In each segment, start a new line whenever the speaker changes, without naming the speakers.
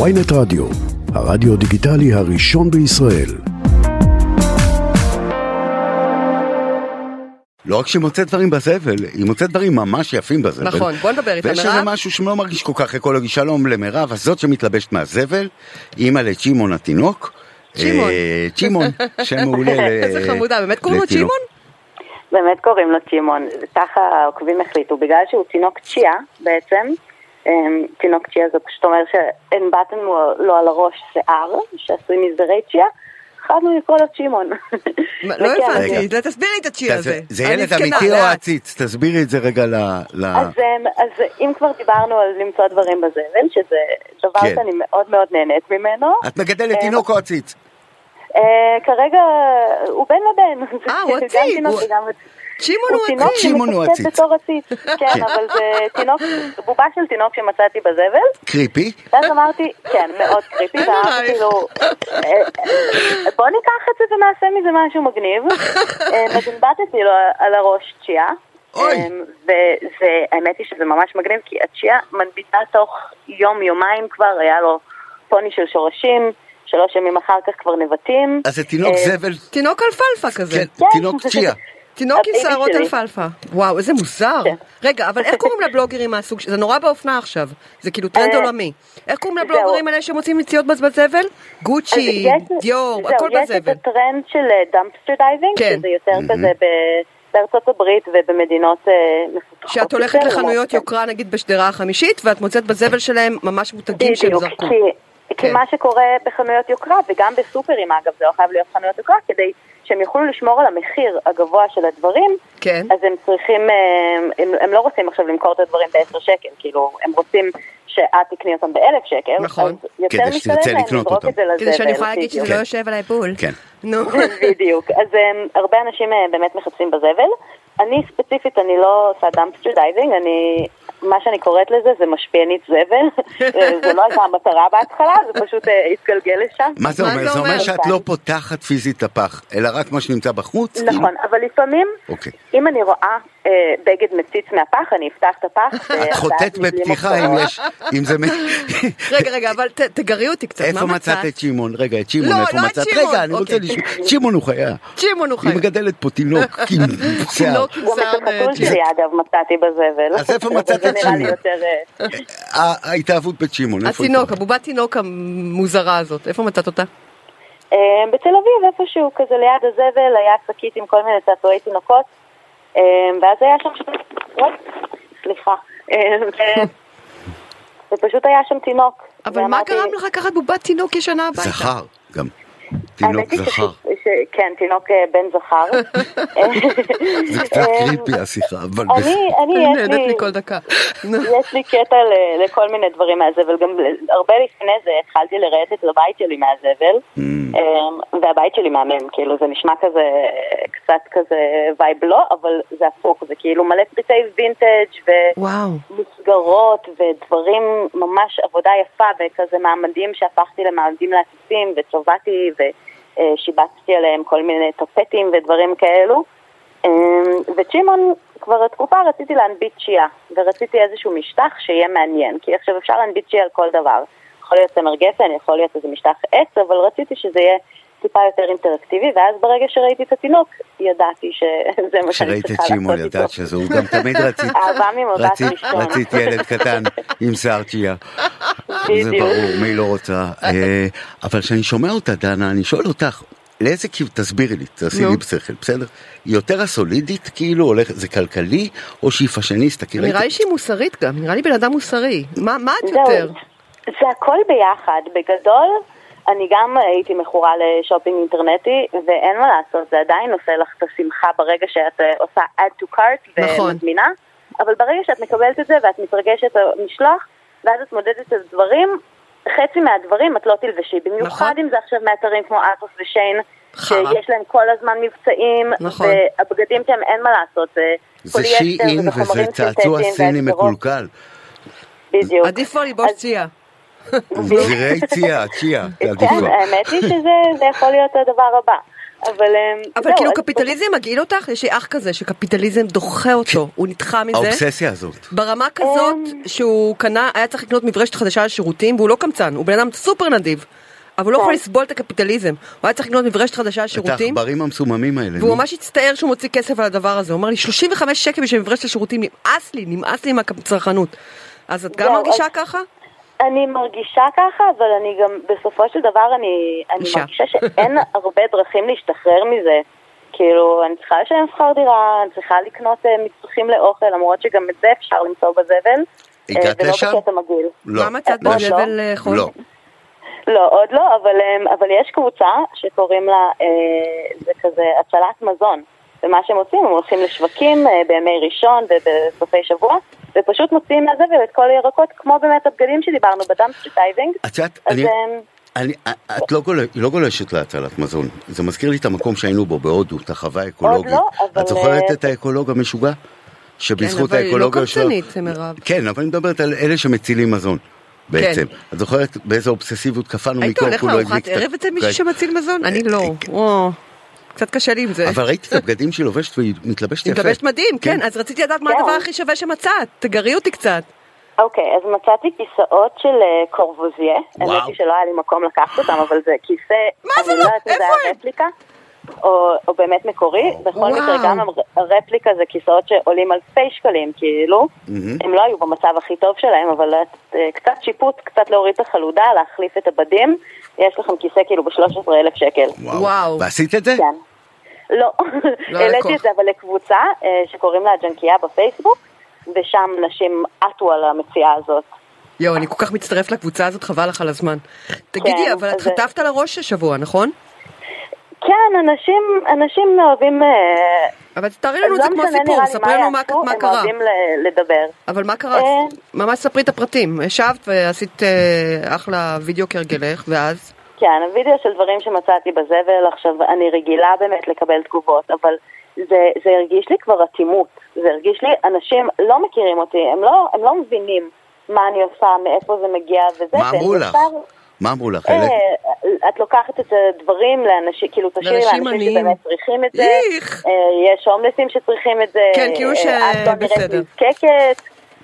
ויינט רדיו, הרדיו דיגיטלי הראשון בישראל.
לא רק שהיא מוצאת דברים בזבל, היא מוצאת דברים ממש יפים בזבל.
נכון, בוא נדבר איתה,
ויש איזה
מירב.
משהו שלא מרגיש כל כך אקולוגי. שלום למירב, הזאת שמתלבשת מהזבל, היא אימא לג'ימון התינוק.
צ'ימון.
אה, צ'ימון, שם מעולה ל-
איזה חמודה, באמת קוראים לו
לתינוק.
צ'ימון?
באמת קוראים לו צ'ימון, ככה העוקבים החליטו, בגלל שהוא תינוק צ'יה בעצם, אמ, תינוק צ'יה זה פשוט אומר שאין בטן לו- לו על הראש שיער, שעשוי מזרי צ'יה, החלטנו לקרוא לו צ'ימון.
מה, לא
וכן, אז-
הבנתי, זה- תסבירי את הצ'יר
אז
הזה.
זה
אני
ילד
זקנה,
אמיתי לא או
לאט.
עציץ? תסבירי את זה רגע ל- ל...
אז, אמ, אז אם כבר דיברנו על למצוא דברים בזבל, שזה דבר
כן.
שאני מאוד מאוד נהנית ממנו,
את מגדלת
אה,
תינוק או עציץ?
אה, כרגע הוא בן לבן.
אה, הוא
זה
עציץ,
גם תינוק
הוא-
וגם עציץ.
צ'ימון
הוא
הוא
תינוק
עציץ.
צ'ימון הוא
שמתפקד
עציץ.
בתור עציץ. כן, אבל זה תינוק, בובה של תינוק שמצאתי בזבל.
קריפי?
ואז אמרתי, כן, מאוד קריפי,
אין
ואז
עלייך.
כאילו, אה, אה, בוא ניקח את זה ונעשה מזה משהו מגניב. אה, נגנבטתי לו על הראש צ'יה.
אוי.
אה, והאמת היא שזה ממש מגניב, כי הצ'יה מנביטה תוך יום-יומיים כבר, היה לו פוני של שורשים, שלוש ימים אחר כך כבר נבטים.
אז זה תינוק
אה,
זבל,
תינוק אלפלפה כזה.
כן, תינוק צ'יה.
תינוק עם
הביבי
שערות
שלי.
אלפלפה. וואו, איזה מוזר.
כן.
רגע, אבל איך קוראים לבלוגרים מהסוג ש... זה נורא באופנה עכשיו. זה כאילו טרנד
אה,
עולמי. איך קוראים
זהו.
לבלוגרים האלה שמוצאים נציאות בז- בזבל?
אז
גוצ'י,
יש-
דיור,
זהו,
הכל
יש את
בזבל.
הטרנד של דמפסטר דייבינג,
כן.
שזה יותר כזה ב- בארצות הברית ובמדינות אה, מפותחות.
שאת הולכת
יותר,
לחנויות
כן.
יוקרה נגיד בשדרה החמישית ואת מוצאת בזבל שלהם ממש מותגים שהם
בדיוק,
זרקו.
כי- כי
כן.
מה שקורה בחנויות יוקרה, וגם בסופרים אגב, זה לא חייב להיות חנויות יוקרה, כדי שהם יוכלו לשמור על המחיר הגבוה של הדברים,
כן.
אז הם צריכים, אה, הם, הם לא רוצים עכשיו למכור את הדברים ב-10 שקל, כאילו, הם רוצים שאת תקני אותם ב-1,000 שקל,
נכון.
אז יותר
כדי
משתלם
שתרצה
להם
לקנות
לזרוק
אותם.
את זה לזבל.
כדי שאני יכולה להגיד שזה
בדיוק.
לא יושב עליי בול.
כן.
נו.
בדיוק, אז um, הרבה אנשים אה, באמת מחפשים בזבל. אני ספציפית, אני לא עושה דאמפסטר דייבינג, אני, מה שאני קוראת לזה זה משפיענית זבל. אה, זו לא הייתה המטרה בהתחלה, זה פשוט אה, התגלגל לשם.
מה זה
מה
אומר?
זה
זה אומר
אומר?
שאת לא פותחת פיזית את הפח, אלא רק מה שנמצא בחוץ?
נכון, אבל לפעמים,
אוקיי.
אם אני רואה אה, בגד מציץ מהפח, אני אפתח את הפח. אה,
את חוטאת
ואז מבלים
בפתיחה
אותו.
אם יש, אם זה... מ-
רגע, רגע, אבל ת- תגרי אותי קצת.
איפה
מה
מצאת את שמעון? רגע, את שמעון,
לא,
איפה
לא את
מצאת?
שמעון.
רגע, אני רוצה
אוקיי.
לשמוע. שמעון הוא חיה.
צ'ימון הוא חי.
היא מגדלת פה תינוק עם שיער.
תינוק עם
גם
שיער
את החתול
מעט.
שלי, אגב, מצאתי בזבל.
אז איפה מצאת
זה
את
נראה לי
שמעון?
יותר... אה,
ה- ההתאהבות בשמעון, איפה היא?
התינוק, הבובת תינוק המוזרה הזאת, איפה מצאת אותה?
אה, בתל אביב איפשהו, כזה ליד הזבל, היה שקית עם כל מיני צעצועי תינוקות, אה, ואז היה שם... אוי, סליחה. אה, ו- ופשוט היה שם תינוק.
אבל מה
ואמרתי-
גרם לך לקחת בובת תינוק ישנה הביתה?
זכר, גם.
האמת
תינוק
היא
זכר.
ש- ש- כן, תינוק אה, בן זכר. אמ,
זה קצת קריפי השיחה, אבל בסדר.
אני, אני,
אני
יש
נהנית
לי,
מכל דקה. נו.
יש לי קטע ל- לכל מיני דברים מהזבל, גם ל- הרבה לפני זה התחלתי לרהט את הבית שלי מהזבל, אמ, והבית שלי מהמם, כאילו זה נשמע כזה, קצת כזה וייב לא, אבל זה הפוך, זה כאילו מלא פריטי וינטג'
וואו.
ומסגרות ודברים, ממש עבודה יפה וכזה מעמדים שהפכתי למעמדים לעטיפים וצובעתי ושיבצתי עליהם כל מיני טפטים ודברים כאלו. אמ, וצ'ימון, כבר תקופה רציתי להנביט שיעה, ורציתי איזשהו משטח שיהיה מעניין, כי עכשיו אפשר להנביט שיעה על כל דבר. יכול להיות צמר גפן, יכול להיות איזה משטח עץ, אבל רציתי שזה יהיה טיפה יותר אינטראקטיבי, ואז ברגע שראיתי את התינוק, ידעתי שזה מה שאני
כשראית את
צריכה
שמעון
לעשות
ידעת
איתו.
שזה, הוא גם תמיד רצית.
אהבה ממבט
רצית-
ראשון.
רצית ילד קטן עם שיער צ'יה. זה
בדיוק.
ברור, מי לא רוצה. אה, אבל כשאני שומע אותה, דנה, אני שואל אותך, לאיזה כיוון, תסבירי לי, תעשי
נו.
לי בשכל, בסדר? היא יותר הסולידית, כאילו, הולכת, זה כלכלי, או שהיא פאשיניסטה? כי
נראה לי
ראיתי-
שהיא מוסרית גם, נראה לי בן אדם מוסרי. מה מה את
זהו,
יותר?
זה הכל ביחד. בגדול, אני גם הייתי מכורה לשופינג אינטרנטי, ואין מה לעשות, זה עדיין עושה לך את השמחה ברגע שאת אה, עושה add to cart
נכון.
ומזמינה, אבל ברגע שאת מקבלת את זה ואת מתרגשת במשלוח, ואז את מודדת את הדברים, חצי מהדברים את לא תלבשי, במיוחד
נכון.
אם זה עכשיו מאתרים כמו אטוס ושיין.
חרא.
שיש להם כל הזמן מבצעים,
נכון.
והבגדים שהם אין מה לעשות, זה
זה
פוליאסטר
שיעין וזה
וחומרים
צעצוע
סינתטיים
סיני
והסדרות.
מקולקל.
בדיוק.
עדיף כבר ללבוש
אז-
צייה.
זרעי צ'יה, צ'יה, זה לא.
כן,
עדיפה.
האמת היא שזה זה יכול להיות הדבר הבא. אבל אמ,
אבל
זהו,
כאילו
אז-
קפיטליזם מגעיל אותך? יש לי אח כזה שקפיטליזם דוחה אותו, הוא נדחה מזה.
האובססיה הזאת.
ברמה
אמ.
כזאת שהוא קנה, היה צריך לקנות מברשת חדשה לשירותים והוא לא קמצן, הוא בן אדם סופר נדיב. אבל הוא לא יכול לסבול את הקפיטליזם. הוא היה צריך לקנות מברשת חדשה
את
לשירותים,
העכברים המסוממים האלה.
והוא
נו.
ממש הצטער שהוא מוציא כסף על הדבר הזה. הוא אמר לי, 35 שקל בשביל מברשת לשירותים, נמאס לי, נמאס לי מהצרכנות. אז את גם
זהו,
מרגישה
אז-
ככה?
אני מרגישה ככה, אבל אני גם, בסופו של דבר, אני, אני
אישה.
מרגישה שאין הרבה דרכים להשתחרר מזה. כאילו, אני צריכה לשלם שכר דירה, אני צריכה לקנות אה, מצרכים לאוכל, למרות שגם את זה אפשר למצוא בזבל.
הגעת
אה,
לשם?
ולא בקטע מגעיל.
לא.
מה מצאת
לא,
בזבל אה, חול?
לא.
לא, עוד לא, אבל, אמ, אבל יש קבוצה שקוראים לה, אה, זה כזה הצלת מזון. ומה שהם עושים, הם הולכים לשווקים אה, בימי ראשון ובסופי שבוע, ופשוט מוציאים מהזבל את כל הירקות, כמו באמת הבגדים שדיברנו בדאמפסטר דייבינג.
את יודעת,
אז
אני-
אמ,
אני- את לא גול- לא גולשת להצלת מזון. זה מזכיר לי את המקום שהיינו בו בהודו, את החווה האקולוגית.
לא, אבל,
את זוכרת
אה,
את האקולוג המשוגע? שבזכות
אבל היא לא
האקולוגיה שלו...
קמצנית, מירב.
כן, אבל אני מדברת על אלה שמצילים מזון. בעצם. את זוכרת באיזו אובססיביות קפאנו
היית
מכל
הולך
כולו
לארוחת
הדליק לא את ה- אוקיי.
ערב אצל מישהו שמציל מזון? אני לא.
אה,
וואו. קצת קשה לי עם זה.
אבל ראיתי את הבגדים שהיא לובשת והיא מתלבשת
היא
יפה.
מתלבשת מדהים, כן, אז רציתי לדעת מה
כן.
הדבר הכי שווה שמצאת, תגרי אותי קצת.
אוקיי, אז מצאתי כיסאות של אה, קורבוזיה.
וואו.
האמת היא שלא היה לי מקום לקחת אותם, אבל זה כיסא...
מה זה
אני
לא?
יודעת אם זה
איפה
היה
הם?
רפליקה, או, או באמת מקורי. בכל
וואו.
מקרה, גם הר- הרפליקה זה כיסאות שעולים אלפי שקלים, כאילו. הם לא היו במצב הכי טוב שלהם, אבל אה, קצת שיפוץ, קצת להוריד את החלודה, להחליף את הבדים. יש לכם כיסא כאילו ב-13,000 שקל.
וואו.
ועשית את זה?
כן. לא,
לא
העליתי
לקוח.
את זה אבל לקבוצה אה, שקוראים לה הג'נקייה בפייסבוק, ושם נשים עטו על המציאה הזאת.
יואו, אני כל כך מצטרף לקבוצה הזאת, חבל לך על הזמן. תגידי, אבל את
כן, אז אה, זה-
חטפת על הראש השבוע, נכון?
כן, אנשים, אנשים אוהבים... אה,
אבל תארי לנו את
לא
זה כמו
משנה,
סיפור,
נראה לי,
ספרי לנו מה
יעשו,
מה
הם
קרה.
אוהבים ל- לדבר.
אבל מה קרה?
אה,
ממש ספרי את הפרטים. ישבת ועשית אה, אחלה וידאו כהרגלך, ואז?
כן, הווידאו של דברים שמצאתי בזבל, עכשיו אני רגילה באמת לקבל תגובות, אבל זה, זה הרגיש לי כבר אטימות. זה הרגיש לי, אנשים לא מכירים אותי, הם לא, הם לא מבינים מה אני עושה, מאיפה זה מגיע וזה.
מה אמרו
והם
לך?
ישר-
מה אמרו לך?
אה,
אלה-
את לוקחת את הדברים לאנשים, כאילו תשאירי
לאנשים
לאנשים
עניים. לא,
שבאמת צריכים את זה.
איך!
אה, יש הומלסים שצריכים את זה.
כן, כאילו
אה,
ש-
את לא נראית
בסדר.
נזקקת,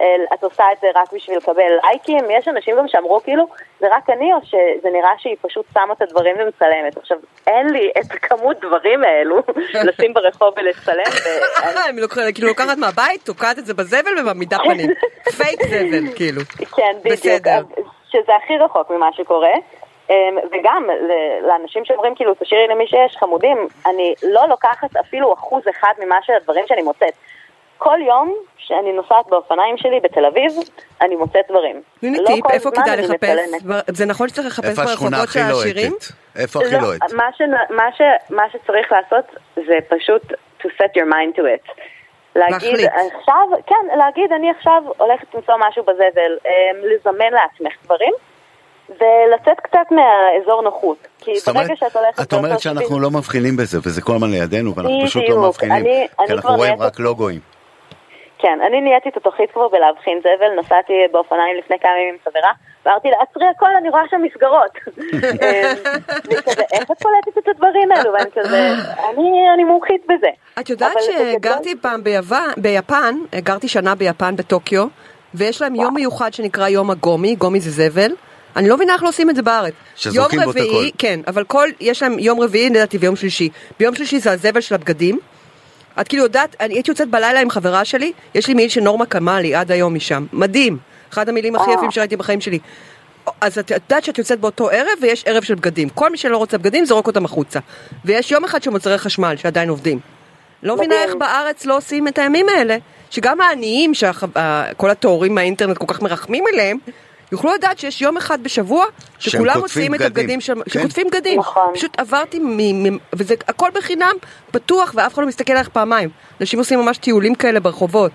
אה, את עושה את זה רק בשביל לקבל לייקים. יש אנשים גם שאמרו כאילו, זה רק אני, או שזה נראה שהיא פשוט שמה את הדברים ומצלמת. עכשיו, אין לי את כמות דברים האלו לשים ברחוב ולצלם. ו-
הם לוקחים- כאילו לוקחת מהבית, תוקעת את זה בזבל ומעמידה פנים. פייק זבל, כאילו.
כן, בדיוק.
בסדר.
אבל- שזה הכי רחוק ממה שקורה. אמ, וגם ל- לאנשים שאומרים כאילו תשאירי למי שיש חמודים, אני לא לוקחת אפילו אחוז אחד ממה שהדברים שאני מוצאת. כל יום שאני נוסעת באופניים שלי בתל אביב, אני מוצאת דברים.
תני לי
לא
טיפ,
כל
איפה
הזמן
כדאי
אני
לחפש?
מצלמת.
ב- זה נכון שצריך לחפש
איפה השכונה
ברחובות
הכי לא
של העשירים?
לוהטת? איפה הכי
לא,
לוהטת?
מה, ש, מה, ש, מה שצריך לעשות זה פשוט to set your mind to it. להגיד
להחליט.
עכשיו, כן, להגיד אני עכשיו הולכת למצוא משהו בזבל, אמ, לזמן לעצמך דברים ולצאת קצת מהאזור נוחות. כי
זאת
ברגע
אומרת,
שאת הולכת...
את אומרת
באותו
שאנחנו
ספיר-
לא מבחינים בזה, וזה כל הזמן לידינו, ואנחנו פשוט לא
בדיוק.
מבחינים,
אני-
כי
אני
אנחנו
כבר
רואים
נהיית-
רק לוגויים.
כן, אני נהייתי תותחית כבר בלהבחין זבל, נסעתי באופניים לפני כמה ימים עם חברה, ואמרתי לה, עצרי הכל, אני רואה שם מסגרות. אמ, והיא כזה, איך את קולטת את הדברים האלו? ואני כזה, "אני- אני מומחית בזה.
את יודעת
אבל בגדול-
שגרתי פעם ביוון, ביפן, גרתי שנה ביפן בטוקיו, ויש להם יום מיוחד שנקרא יום הגומי, גומי זה זבל. אני לא מבינה איך לא עושים את זה בארץ.
שזורקים
יום
בו את
רביעי,
הכל.
כן, אבל כל, יש להם יום רביעי לדעתי ויום שלישי. ביום שלישי זה הזבל של הבגדים. את כאילו יודעת, אני הייתי יוצאת בלילה עם חברה שלי, יש לי מעיל של נורמה קמאלי עד היום משם. מדהים. אחד המילים הכי יפים שראיתי בחיים שלי. אז את יודעת שאת יוצאת באותו ערב ויש ערב של בגדים. כל מי שלא רוצה בגדים זורק אותם החוצה. ויש יום אחד של מוצרי חשמל שעדיין עובדים. לא מבינה
מדהים.
איך בארץ לא עושים את הימים האלה. שגם העניים, שכל הטהורים מהאינטרנט כל כך מרחמים עליהם, יוכלו לדעת שיש יום אחד בשבוע
שהם
שכולם
קוטפים
עושים את
בגדים.
הבגדים, של-
כן.
שקוטפים בגדים.
נכון.
פשוט עברתי, מ- מ- וזה הכל בחינם, פתוח, ואף אחד לא מסתכל עליך פעמיים. אנשים עושים ממש טיולים כאלה ברחובות.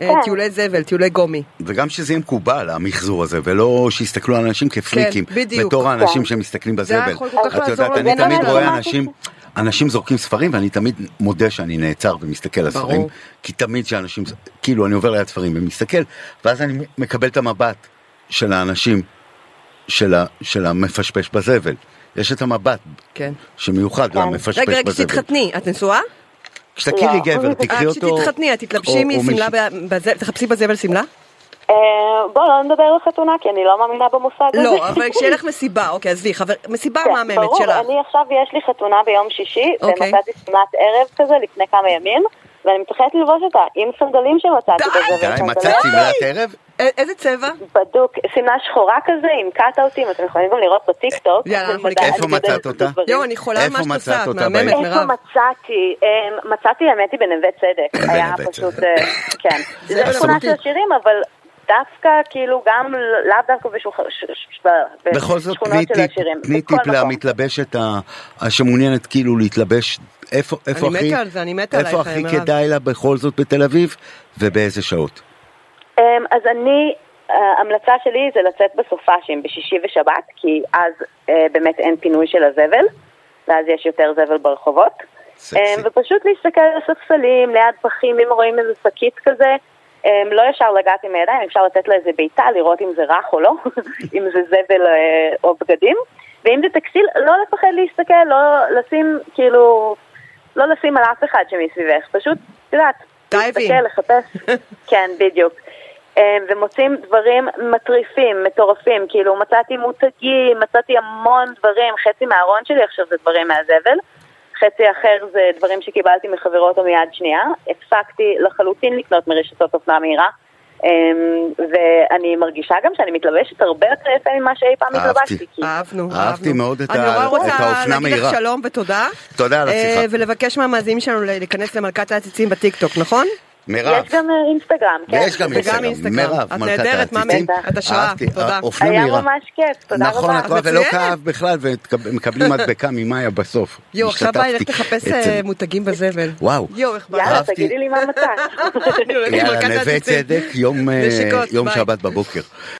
אה,
כן.
טיולי זבל, טיולי גומי.
וגם שזה יהיה מקובל, המחזור הזה, ולא שיסתכלו על אנשים כפליקים.
כן, בדיוק.
בתור האנשים
כן.
שמסתכלים
זה היה
בזבל.
יכול כל כך
את
לעזור
יודעת, אני
לבן
תמיד
אדם.
רואה
אמרתי
אנשים... אנשים זורקים ספרים ואני תמיד מודה שאני נעצר ומסתכל על
ברור.
ספרים, כי תמיד שאנשים, כאילו אני עובר ליד ספרים ומסתכל, ואז אני מקבל את המבט של האנשים, של, ה, של המפשפש בזבל. יש את המבט
כן.
שמיוחד
כן.
למפשפש
רגע, רגע,
בזבל.
שתתחתני, את נשואה?
כשתכירי
לא.
גבר,
אה,
תקחי אותו.
כשתתחתני, את תתלבשי
או- או
משמלה,
מישהי-
ב- בזבל- תחפשי בזבל שמלה?
אה, בוא, לא נדבר על חתונה, כי אני לא מאמינה במושג הזה.
לא, אבל כשיהיה לך מסיבה, אוקיי, עזבי, חבר, מסיבה
כן,
מהממת
ברור,
שלך.
אני עכשיו יש לי חתונה ביום שישי,
אוקיי.
ומצאתי שמלת ערב כזה לפני כמה ימים, ואני מתחילה ללבוש אותה עם סנדלים שמצאתי
די!
בזה.
די,
ועם
מצאת
סנדלת
שמלת ערב?
א- איזה צבע?
בדוק, שמלה שחורה כזה עם קאט-אוטים, אתם יכולים גם לראות בטיקטוק.
יאללה, אנחנו
אני
ניכנס.
יודעת,
איפה
אני
מצאת
יודעת
אותה?
בדברים.
יואו, אני חולה על
איפה
מה שאת
מצאת
עושה, את
אותה
מהממת,
בעיר?
מירב.
איפה מצאתי? אמ, מצאתי, האמת היא, בנווה צדק. היה
בנווה
פשוט,
צדק.
אה, כן.
זה
זה
אבל
שכונה
סמכותי.
של עשירים, אבל דווקא, כאילו, גם לאו דווקא בשולח- ש- ש- ב-
בכל זאת, תני
בשכונות כן, של
טיפ,
עשירים.
תני
בכל
טיפ
מקום.
למתלבשת ה- ה- שמעוניינת כאילו להתלבש, איפה איפה הכי...
אני מתה על זה, אני מתה
איפה
עלייך,
הכי
מירב.
כדאי לה בכל זאת בתל אביב, ובאיזה שעות?
אמ, אז אני, ההמלצה שלי זה לצאת בסופאשים, בשישי ושבת, כי אז אה, באמת אין פינוי של הזבל, ואז יש יותר זבל ברחובות.
סקסי.
אמ, ופשוט להסתכל על הספסלים, ליד פחים, אם רואים איזה שקית כזה. אמ, לא ישר לגעת עם הידיים, אפשר לתת לה איזה בעיטה, לראות אם זה רך או לא, אם זה זבל אה, או בגדים. ואם זה טקסטיל, לא לפחד להסתכל, לא לשים, כאילו, לא לשים על אף אחד שמסביבך, פשוט, את יודעת,
דייבים.
להסתכל, לחפש, כן, בדיוק. אה, ומוצאים דברים מטריפים, מטורפים, כאילו מצאתי מותגים, מצאתי המון דברים, חצי מהארון שלי עכשיו זה דברים מהזבל, חצי אחר זה דברים שקיבלתי מחברות או מיד שנייה, הפסקתי לחלוטין לקנות מרשתות אופנה מהירה, אה, ואני מרגישה גם שאני מתלבשת הרבה יותר יפה ממה שאי פעם
אהבתי. אה,
התלבשתי, כי
אהבנו, אהבנו.
אהבתי מאוד את ה-
אני
את
נורא רוצה
האופנה
להגיד לך
מהירה.
שלום ותודה.
תודה על
אה,
השיחה.
ולבקש מהמאזינים שלנו ל- להיכנס למלכת העציצים בטיקטוק, נכון?
מירב.
יש גם אה, אינסטגרם, כן?
ויש גם
וגם
אינסטגרם,
אינסטגרם.
מירב,
את
מלכת
נהדרת, מאמי.
העציצים.
את השראה.
אהבתי,
תודה.
אה, אופנה
היה
מהירה.
ממש כיף, תודה רבה.
נכון, את רואה,
את
ולא
מצוינת.
כאב בכלל, ומקבלים מדבקה ממאיה בסוף.
יואו, עכשיו בא לי ללכת
השתתפתי
לחפש
אצל-
אה, מותגים בזבל.
וואו.
יואו, איך בא
יאללה,
אהבתי.
תגידי לי מה מצאת.
אני הולכת למלכת
יאללה, נווה
העציצים.
צדק, יום, אה,
נשיקות,
יום
ביי.
שבת בבוקר.